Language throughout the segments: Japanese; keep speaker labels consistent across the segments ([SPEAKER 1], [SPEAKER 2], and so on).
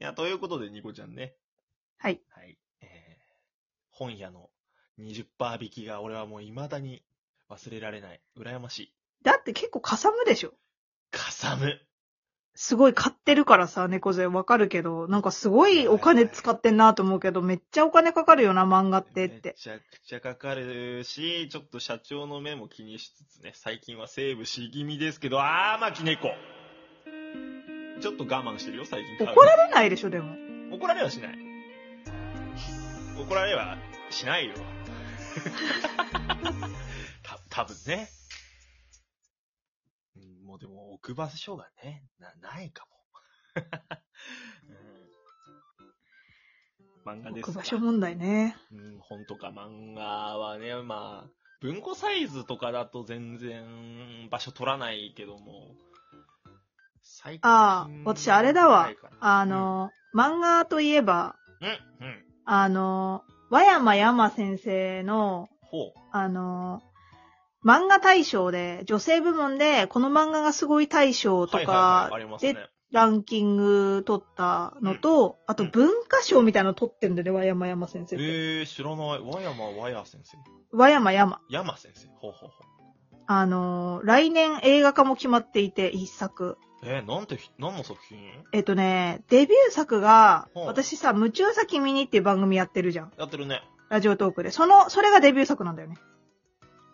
[SPEAKER 1] いや、ということで、ニコちゃんね。
[SPEAKER 2] はい。
[SPEAKER 1] はい。えー、本屋の20%引きが俺はもう未だに忘れられない。羨ましい。
[SPEAKER 2] だって結構かさむでしょ
[SPEAKER 1] かさむ。
[SPEAKER 2] すごい買ってるからさ、猫背わかるけど、なんかすごいお金使ってんなと思うけど、めっちゃお金かかるよな、漫画ってっ
[SPEAKER 1] め
[SPEAKER 2] て。
[SPEAKER 1] ちゃくちゃかかるし、ちょっと社長の目も気にしつつね、最近はセーブし気味ですけど、あー、まき猫。ちょっと我慢してるよ、最近。
[SPEAKER 2] 怒られないでしょ、でも。
[SPEAKER 1] 怒られはしない。怒られはし ないよ。た、多分ね。うんもうでも置く場所がね、な、ないかも。うん、漫画ですか
[SPEAKER 2] 置く場所問題ね。
[SPEAKER 1] うん、本とか漫画はね、まあ、文庫サイズとかだと全然場所取らないけども、最近
[SPEAKER 2] ああ、私あれだわ
[SPEAKER 1] ないか。な
[SPEAKER 2] あの、漫画といえば、
[SPEAKER 1] うん、うん。
[SPEAKER 2] あの、和山山先生の、
[SPEAKER 1] ほう。
[SPEAKER 2] あの、漫画大賞で、女性部門で、この漫画がすごい大賞と
[SPEAKER 1] はいはいは
[SPEAKER 2] か
[SPEAKER 1] い、ありますね
[SPEAKER 2] で。ランキング取ったのと、あと文化賞みたいなの取ってんだよね、和山山先生って。
[SPEAKER 1] えー、知らない。和山和也先生。
[SPEAKER 2] 和山山。
[SPEAKER 1] 山先生。ほうほうほう。
[SPEAKER 2] あのー来年映画化も決まっていて、一作。
[SPEAKER 1] えー、なんてひ、何の作品
[SPEAKER 2] えっとね、デビュー作が、
[SPEAKER 1] ほう
[SPEAKER 2] 私さ、夢中さ君にっていう番組やってるじゃん。
[SPEAKER 1] やってるね。
[SPEAKER 2] ラジオトークで。その、それがデビュー作なんだよね。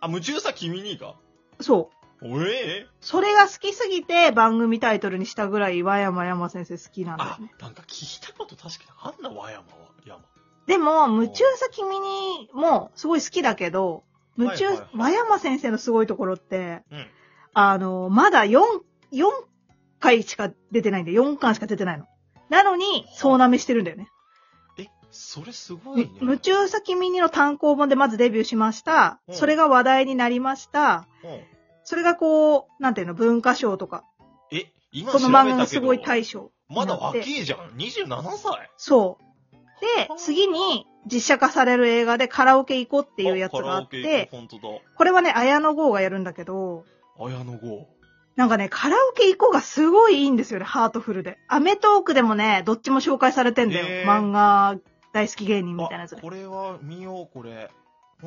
[SPEAKER 1] あ、夢中さ君にか
[SPEAKER 2] そう。
[SPEAKER 1] ええ
[SPEAKER 2] それが好きすぎて、番組タイトルにしたぐらい、和山山先生好きなんだよ
[SPEAKER 1] あ
[SPEAKER 2] ね。、
[SPEAKER 1] なんか聞いたこと確かにあんな和山は、山。
[SPEAKER 2] でも、夢中さ君にも、すごい好きだけど、夢中、
[SPEAKER 1] はいはいはい
[SPEAKER 2] 和山先生のすごいところって、
[SPEAKER 1] うん。
[SPEAKER 2] あの、まだ4、4回しか出てないんで、4巻しか出てないの。なのに、総なめしてるんだよね。
[SPEAKER 1] え、それすごい
[SPEAKER 2] む
[SPEAKER 1] ね。
[SPEAKER 2] 夢中さ君にの単行本でまずデビューしました。
[SPEAKER 1] うん
[SPEAKER 2] それが話題になりました。
[SPEAKER 1] うん。
[SPEAKER 2] それがこう、なんていうの、文化賞とか、
[SPEAKER 1] え、今調
[SPEAKER 2] こ
[SPEAKER 1] べ
[SPEAKER 2] の漫画
[SPEAKER 1] た
[SPEAKER 2] が
[SPEAKER 1] け
[SPEAKER 2] す
[SPEAKER 1] ど、
[SPEAKER 2] ごい大賞にな
[SPEAKER 1] ま
[SPEAKER 2] っ
[SPEAKER 1] だ若
[SPEAKER 2] て。
[SPEAKER 1] えじゃん。27歳。
[SPEAKER 2] そう。で、次に実写化される映画でカラオケ行こうっていうやつがあっ
[SPEAKER 1] カラオケ
[SPEAKER 2] て、
[SPEAKER 1] 本当だ。
[SPEAKER 2] これはね、綾野剛がやるんだけど、
[SPEAKER 1] 綾野剛。
[SPEAKER 2] なんかね、カラオケ行こうがすごいいいんですよね、ハートフルで。アメトークでもね、どっちも紹介されてんだよ。
[SPEAKER 1] へー
[SPEAKER 2] 漫画大好き芸人みたいなやつ
[SPEAKER 1] あ
[SPEAKER 2] で。
[SPEAKER 1] これは見よう、これ。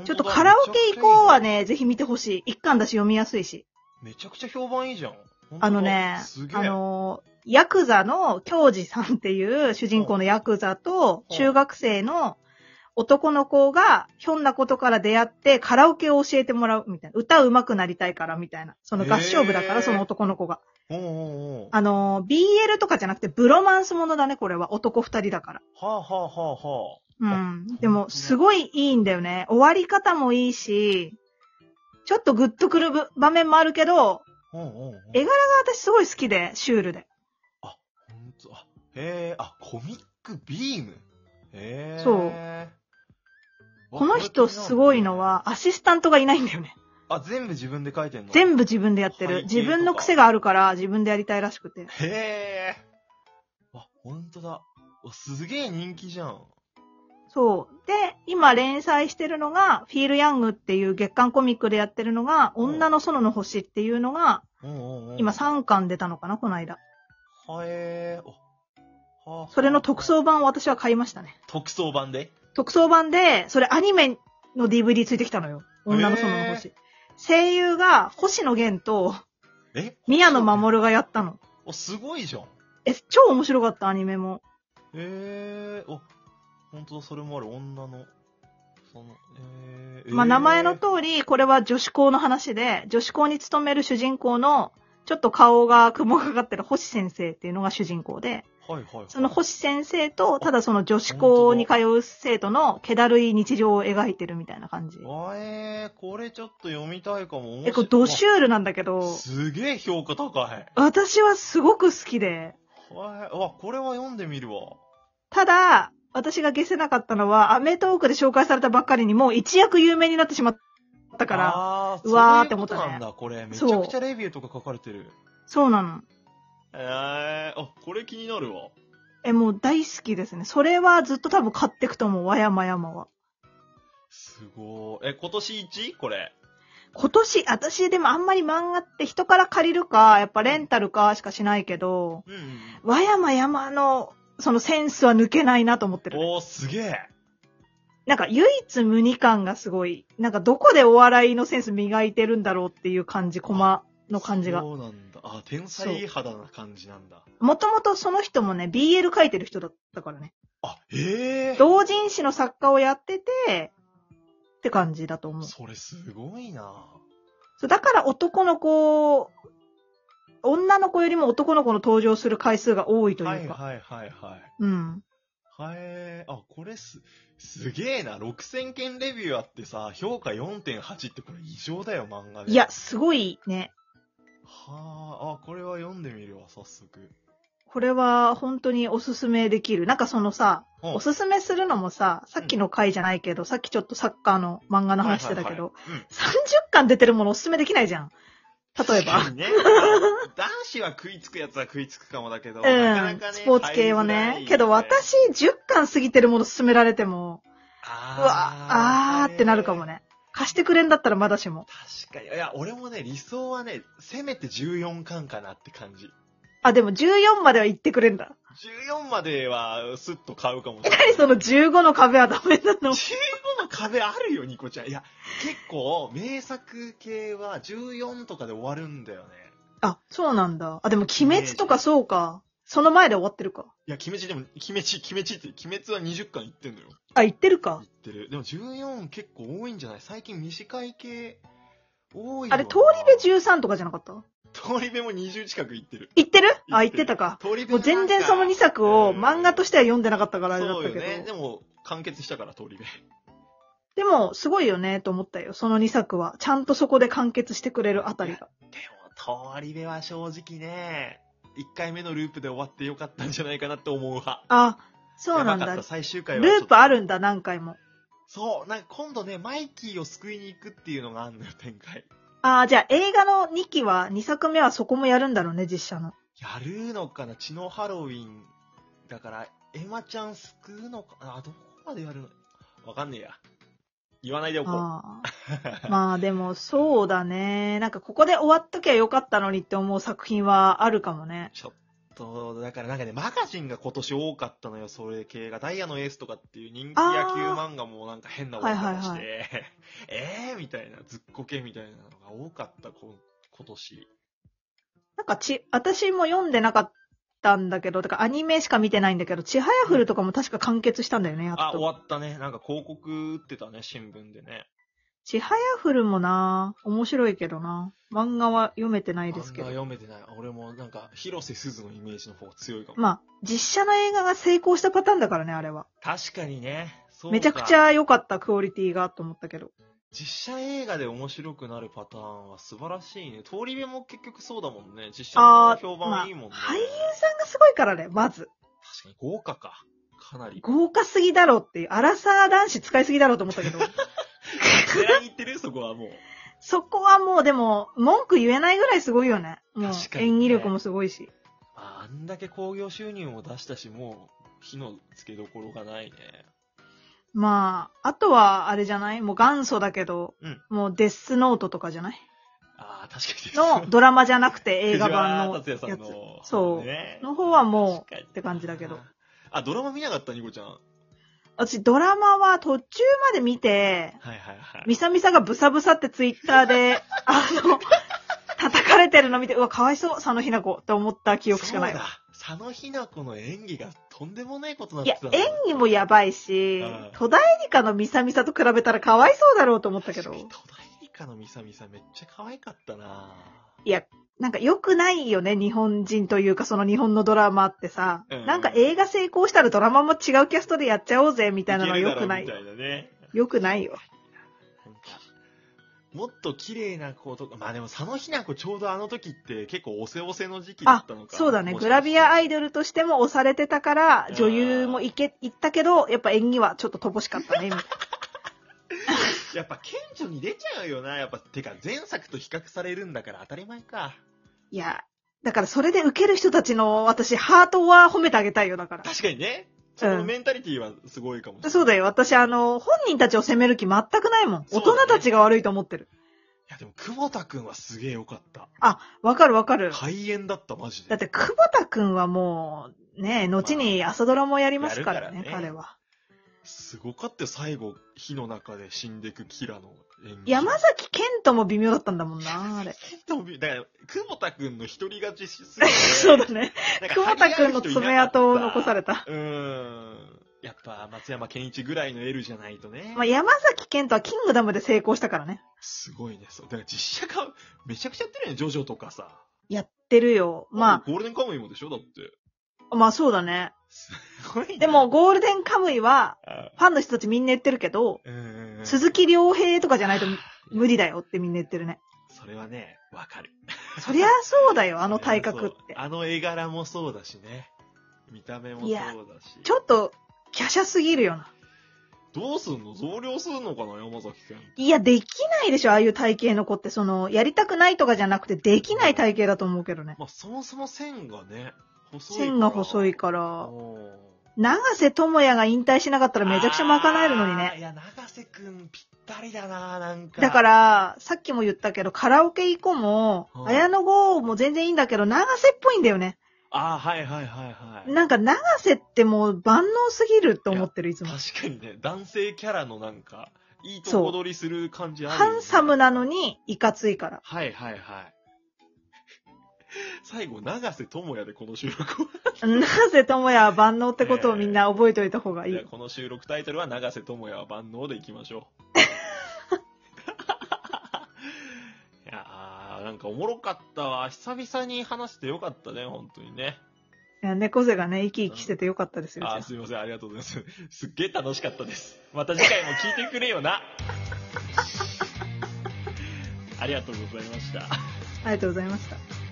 [SPEAKER 2] ちょっとカラオケ行こうは
[SPEAKER 1] ね。
[SPEAKER 2] ね、ぜひ見てほしい。一巻だし読みやすいし。
[SPEAKER 1] めちゃくちゃ評判いいじゃん。本当だ
[SPEAKER 2] あのね
[SPEAKER 1] す、げえ。
[SPEAKER 2] あのー、ヤクザの京二さんっていう主人公のヤクザと
[SPEAKER 1] うん
[SPEAKER 2] 中学生の男の子がひょんなことから出会ってカラオケを教えてもらうみたいな。歌うまくなりたいからみたいな。その合唱部だか
[SPEAKER 1] へ
[SPEAKER 2] ら、
[SPEAKER 1] ー
[SPEAKER 2] その男の子が。
[SPEAKER 1] おうおうおう。
[SPEAKER 2] あのー、BL とかじゃなくてブロマンスものだね、これは。男二人だから。
[SPEAKER 1] はあはあはあは
[SPEAKER 2] うん。でも、すごいいいんだよね。終わり方もいいし、ちょっとグッとくるぶ場面もあるけど、
[SPEAKER 1] あ。うんうんうん。
[SPEAKER 2] 絵柄が私すごい好きで、シュールで。
[SPEAKER 1] ほんとあ、へえ、あ、コミックビーム。へえ。
[SPEAKER 2] そう
[SPEAKER 1] わ。
[SPEAKER 2] この人すごいのは、アシスタントがいないんだよ
[SPEAKER 1] これ
[SPEAKER 2] ね。
[SPEAKER 1] 気になるね。あ、全部自分で書いてんの
[SPEAKER 2] 全
[SPEAKER 1] 部。
[SPEAKER 2] 部自分でやって
[SPEAKER 1] 背景
[SPEAKER 2] る。
[SPEAKER 1] とか
[SPEAKER 2] 自分の癖があるから、自分でやりたいらしくて。
[SPEAKER 1] へえ。あ、ほんとだ。おすげえ人気じゃん。
[SPEAKER 2] そう。で、今連載してるのが、フィール・ヤングっていう月刊コミックでやってるのが、
[SPEAKER 1] うん
[SPEAKER 2] 女の園の星っていうのが、
[SPEAKER 1] うんうんうん。
[SPEAKER 2] 今3巻出たのかな、この間。
[SPEAKER 1] はえー、おはあ
[SPEAKER 2] それの特。装版を私は買いましたね。
[SPEAKER 1] 特装版で
[SPEAKER 2] 特装版で、それアニメの DVD ついてきたのよ。女の園の星。声優が星野源と
[SPEAKER 1] え
[SPEAKER 2] 宮野真。守がやったの。
[SPEAKER 1] お、すごいじゃん。
[SPEAKER 2] え、超面白かった、アニメも。
[SPEAKER 1] へえー、お、ほんとだ、それもある。女の、その、えー、
[SPEAKER 2] まあ、
[SPEAKER 1] えー
[SPEAKER 2] 名前の通り、これは女子校の話で、女子校に勤める主人公の、ちょっと顔が雲がかかってる星先生っていうのが主人公で、
[SPEAKER 1] はいはい、はい。
[SPEAKER 2] その星先生と、ただその女子校に通う生徒の気だるい日常を描いてるみたいな感じ。
[SPEAKER 1] わえー、これちょっと読みたいかも。
[SPEAKER 2] え、これドシ
[SPEAKER 1] ュ
[SPEAKER 2] ュールなんだけど、
[SPEAKER 1] すげえ評価高い。はい。
[SPEAKER 2] 私はすごく好きで、
[SPEAKER 1] わ、これは読んでみるわ。
[SPEAKER 2] ただ、私が消せなかったのは、アメトークで紹介されたばっかりにもう一躍有名になってしまったから、
[SPEAKER 1] あー
[SPEAKER 2] うわー
[SPEAKER 1] そういうこと
[SPEAKER 2] って思ったね
[SPEAKER 1] なんだ、これ。めち
[SPEAKER 2] そう
[SPEAKER 1] ゃくちゃレビューとか書かれてる。
[SPEAKER 2] そうなの。
[SPEAKER 1] えー、あ、これ気になるわ。
[SPEAKER 2] え、もう大好きですね。それはずっと多分買ってくと思う、和山山は。
[SPEAKER 1] すごい。え、今年 1? これ。
[SPEAKER 2] 今年、私でもあんまり漫画って人から借りるか、やっぱレンタルかしかしないけど、
[SPEAKER 1] うんうんうん。
[SPEAKER 2] 和山山のそのセンスは抜けないなと思ってるね、
[SPEAKER 1] おー、すげえ。
[SPEAKER 2] なんか唯一無二感がすごい。なんかどこでお笑いのセンス磨いてるんだろうっていう感じ、コマの感じが。
[SPEAKER 1] そうなんだ。あ、天才肌な感じなんだ。
[SPEAKER 2] もともとその人もね、BL 書いてる人だったからね。
[SPEAKER 1] あ、ええー。
[SPEAKER 2] 同人誌の作家をやってて、って感じだと思う。
[SPEAKER 1] それすごいな
[SPEAKER 2] そうだから男の子、女の子よりも男の子の登場する回数が多いというか。
[SPEAKER 1] はいはいはいはい。
[SPEAKER 2] うん。
[SPEAKER 1] はえー、あ、これす、すげえな。6000件レビューあってさ、評価4.8ってこれ異常だよ、漫画で。
[SPEAKER 2] いや、。すごいね。
[SPEAKER 1] はあ、あ、これは読んでみるわ、早速。
[SPEAKER 2] これは本当におすすめできる。なんかそのさ、
[SPEAKER 1] うん
[SPEAKER 2] おすすめするのもさ、さっきの回じゃないけど、さっきちょっとサッカーの漫画の話してたけ
[SPEAKER 1] は
[SPEAKER 2] ど、
[SPEAKER 1] いはいはいうん
[SPEAKER 2] 30巻出てるものおすすめできないじゃん。例えば。
[SPEAKER 1] 確かにね。 男子は食いつくやつは食いつくかもだけど、
[SPEAKER 2] うん、
[SPEAKER 1] なかなかね。
[SPEAKER 2] スポーツ系は
[SPEAKER 1] 入りづらいよ
[SPEAKER 2] ね。けど私、10巻過ぎてるもの勧められても、う
[SPEAKER 1] あー
[SPEAKER 2] わ、あーってなるかも。ね。貸してくれんだったらまだしも。
[SPEAKER 1] 確かに。いや、俺もね、理想はね、せめて14巻かなって感じ。
[SPEAKER 2] あ、でも14までは行ってくれんだ。
[SPEAKER 1] 14までは、スッと買うかもしれない。
[SPEAKER 2] 何その15の壁はダメなの
[SPEAKER 1] 15の壁あるよ、ニコちゃん。いや、結構、名作系は14とかで終わるんだよね。
[SPEAKER 2] あ、そうなんだ。あ、でも鬼滅とかそうか。その前で終わってるか。
[SPEAKER 1] いや、鬼滅でも、鬼滅、鬼滅って、鬼滅は20巻いってんのよ。
[SPEAKER 2] あ、行ってるか
[SPEAKER 1] い。ってる。でも14結構多いんじゃない最近短い系、多いよ
[SPEAKER 2] あれ、通り部13とかじゃなかった
[SPEAKER 1] 部通り部も20近くいってる。
[SPEAKER 2] 行ってる
[SPEAKER 1] 行
[SPEAKER 2] あ、行
[SPEAKER 1] っ
[SPEAKER 2] って
[SPEAKER 1] る
[SPEAKER 2] てたか。
[SPEAKER 1] 通り部
[SPEAKER 2] もう全然その2作を漫画としては読んでなかったからあれだっ
[SPEAKER 1] そ
[SPEAKER 2] た
[SPEAKER 1] う
[SPEAKER 2] け
[SPEAKER 1] よ
[SPEAKER 2] ど。
[SPEAKER 1] ね。でも、完結したから、通り部。
[SPEAKER 2] でも、すごいよね、と思ったよ。その2作は。ちゃんとそこで完結してくれるあたりが。
[SPEAKER 1] でも、通り部は正直ね、1回目のループで終わってよかったんじゃないかなって思う派。
[SPEAKER 2] あ、そうなん
[SPEAKER 1] やばか
[SPEAKER 2] だ
[SPEAKER 1] った。最終回
[SPEAKER 2] ル
[SPEAKER 1] はちょっと
[SPEAKER 2] ープあるんだ、何回も。
[SPEAKER 1] そう、なんか今度ね、マイキーを救いに行くっていうのがあんのよ、展開。
[SPEAKER 2] あじゃあ映画の2期は、2作目はそこもやるんだろうね、実写の。
[SPEAKER 1] やるのかな血のハロウィン。だから、エマちゃん救うのかなあ、どこまでやるのわかんねえや。言わないでおこう。
[SPEAKER 2] あ あ。まあでも、そうだね。なんかここで終わっときゃよかったのにって思う作品はあるかもね。
[SPEAKER 1] ちょっと、だからなんかね、マガジンが今年多かったのよ、それ系が。ダイヤのエースとかっていう人気野球漫画もなんか変な終わり方して、
[SPEAKER 2] はいは
[SPEAKER 1] えーみたいな、ずっこけみたいなのが多かった、こ今年。
[SPEAKER 2] なんかち、私も読んでなかったんだけど、だからアニメしか見てないんだけど、ちはやふるとかも確か完結したんだよね、やっ
[SPEAKER 1] あ、終
[SPEAKER 2] と。
[SPEAKER 1] わったね。なんか広告打ってたね、新聞でね。
[SPEAKER 2] ちはやふるもな、面白いけどな。漫画は読めてないですけ
[SPEAKER 1] 漫
[SPEAKER 2] ど。
[SPEAKER 1] 画読めてない。俺もなんか、広瀬すずのイメージの方が強いかも。
[SPEAKER 2] まあ、実写の映画が成功したパターンだからね、あれは。
[SPEAKER 1] 確かにね。そうか
[SPEAKER 2] めちゃくち。ゃ良かったクオリティがと思ったけど。
[SPEAKER 1] 実写映画で面白くなるパターンは素晴らしいね。通り目も結局そうだもんね。実写の
[SPEAKER 2] あー
[SPEAKER 1] 評判いいもんね。
[SPEAKER 2] まあ俳優さんがすごいからね、まず。
[SPEAKER 1] 確かに豪華か。かなり。
[SPEAKER 2] 豪華すぎだろうっていう、アラサー男子使いすぎだろうと思った けど。
[SPEAKER 1] 狙いに行ってるそこはもう。
[SPEAKER 2] そこはもうでも、文句言えないぐらいすごいよね。もう
[SPEAKER 1] 確、かにね
[SPEAKER 2] 演技力もすごいし。
[SPEAKER 1] まあ、あんだけ興行収入も出したし、もう、火のつけどころがないね。
[SPEAKER 2] まあ、あとは、あれじゃないもう元祖だけど、
[SPEAKER 1] うん
[SPEAKER 2] もうデスノートとかじ ゃない
[SPEAKER 1] ああ、確かに。
[SPEAKER 2] の、ドラマじゃなくて映画版の
[SPEAKER 1] 藤
[SPEAKER 2] や
[SPEAKER 1] 原竜
[SPEAKER 2] つ
[SPEAKER 1] 也さんの。
[SPEAKER 2] そう
[SPEAKER 1] ね
[SPEAKER 2] の方はも
[SPEAKER 1] 確かに
[SPEAKER 2] う、って感じだけど。。
[SPEAKER 1] あ、ドラマ見なかった、ニコちゃん。
[SPEAKER 2] 私、ドラマは途中まで見て、
[SPEAKER 1] はいはいはい。
[SPEAKER 2] ミサミサがブサブサってツイッターで、 あの、叩かれてるの見て、うわ、かわいそう、佐野ひな子、と思った記憶しかない
[SPEAKER 1] そう
[SPEAKER 2] わ。
[SPEAKER 1] だ。佐野ひな子の演技がとんでもないことに
[SPEAKER 2] い
[SPEAKER 1] なって
[SPEAKER 2] や
[SPEAKER 1] た、
[SPEAKER 2] 演技もやばいし
[SPEAKER 1] うん、
[SPEAKER 2] 戸田恵梨香のミサミサと比べたらかわいそうだろうと思ったけど
[SPEAKER 1] 確、かに戸田恵梨香のみさみさめっちゃ可愛かったな
[SPEAKER 2] なんか良くないよね、日本人というか、その日本のドラマってさ、
[SPEAKER 1] うん
[SPEAKER 2] なんか映画成功したらドラマも違うキャストでやっちゃおうぜ、みたいなのは良くな
[SPEAKER 1] け
[SPEAKER 2] い
[SPEAKER 1] るだ。ろうみたいなね。
[SPEAKER 2] 良くないよ。
[SPEAKER 1] なんか、もっと綺麗な子とか、まあでも佐野ひな子ちょうどあの時って結構おせおせの時期だったのか。
[SPEAKER 2] そうだね、グラビアア
[SPEAKER 1] イ
[SPEAKER 2] イドルとしても押されてたから
[SPEAKER 1] う、ん
[SPEAKER 2] 女優もいけ、行ったけど、やっぱ演技はちょっと乏しかったね、みたいな。
[SPEAKER 1] やっぱ顕著に出ちゃうよな。やっぱ、てか前作と比較されるんだから当たり前か。
[SPEAKER 2] いや、だからそれで受ける人たちの、私、ハートは褒めてあげたいよ、だか
[SPEAKER 1] 確かにね。そのメンタリティはすごいかもしれない。
[SPEAKER 2] ら。そうだよ、私、あの、本人たちを責める気全くないもん。
[SPEAKER 1] そ
[SPEAKER 2] 大
[SPEAKER 1] うだね
[SPEAKER 2] 人たちが悪いと思ってる。
[SPEAKER 1] や、でも、久保田くんはすげえよかった。
[SPEAKER 2] わかるわかる。
[SPEAKER 1] 開演だった、マジで。
[SPEAKER 2] だって、久保田くんはもう、ね、後に朝ドラもやりますからね、
[SPEAKER 1] やるからね
[SPEAKER 2] 彼は。
[SPEAKER 1] すごかったよ、最後、火の中で死んでくキラの演技。
[SPEAKER 2] 山崎健人も微妙だったんだもんな、あれ。
[SPEAKER 1] でもだから、久保田くんの一人勝ちしすぎて
[SPEAKER 2] そうだね。
[SPEAKER 1] なんか
[SPEAKER 2] 久保田くんの爪痕を残さ
[SPEAKER 1] れ
[SPEAKER 2] れた。
[SPEAKER 1] うーん。やっぱ、松山健一ぐらいの L じゃないとね。
[SPEAKER 2] まあ、山崎健人はキングダムで成功したからね。
[SPEAKER 1] すごいね。そう。だから実写化、めちゃくちゃやってるよね、ジョジョとかさ。
[SPEAKER 2] やってるよ。ま
[SPEAKER 1] ゴールデンカムイもでしょだって。
[SPEAKER 2] あ、まあそうだね。
[SPEAKER 1] すごいね。
[SPEAKER 2] でも、、ゴールデンカムイは、
[SPEAKER 1] あ
[SPEAKER 2] ファンの人たちみんな言ってるけど、
[SPEAKER 1] うーん。
[SPEAKER 2] 鈴木亮平とかじゃないと無理だよってみんな言ってるね。
[SPEAKER 1] それはね、わかる。
[SPEAKER 2] そりゃそうだよ、あの体格っ
[SPEAKER 1] いや
[SPEAKER 2] て
[SPEAKER 1] そう。あの絵柄もそうだしね。見た目もそう
[SPEAKER 2] い
[SPEAKER 1] だ
[SPEAKER 2] や
[SPEAKER 1] し。
[SPEAKER 2] ちょっと、華奢すぎるよな。
[SPEAKER 1] どうすんの増量するのかな山崎県。
[SPEAKER 2] いや、できないでしょ、ああいう体型の子って。その、やりたくないとかじゃなくて、できない体型だと思うけどね。
[SPEAKER 1] まあ、そもそも線がね、細いから。
[SPEAKER 2] 線が細いか
[SPEAKER 1] う
[SPEAKER 2] ら。
[SPEAKER 1] ん。
[SPEAKER 2] 長瀬智也が引退しなかったらめちゃくちゃ賄えるのに
[SPEAKER 1] あー
[SPEAKER 2] ね。
[SPEAKER 1] いや、長瀬くんぴったりだな、なんか。
[SPEAKER 2] だから、さっきも言ったけど、カラオケ以降も
[SPEAKER 1] う、ん
[SPEAKER 2] 綾野剛も全然いいんだけど、長瀬っぽいんだよね。
[SPEAKER 1] ああ、はいはいはいはい。
[SPEAKER 2] なんか、長瀬ってもう万能すぎると思ってる、いつも。
[SPEAKER 1] 確かにね、男性キャラのなんか、いいとこ取りする感じあるよね、
[SPEAKER 2] ハンサムなのに、いかついから。
[SPEAKER 1] はいはいはい。 最後、長瀬智也でこの収録を。
[SPEAKER 2] 長瀬智也は万能ってことをみんな覚えておいた方がいい
[SPEAKER 1] じゃあ。この収録タイトルは、長瀬智也は万能でいきましょ う。いやー、なんかおもろかったわ。久々に話してよかったね、本当にね。
[SPEAKER 2] いや猫背がね、生き生きしててよかったですよ。
[SPEAKER 1] あー、
[SPEAKER 2] うち
[SPEAKER 1] すいません、ありがとうございます。 すっげー楽しかったです。また次回も聞いてくれよ な。ありがとうございました。
[SPEAKER 2] はありがとうございました。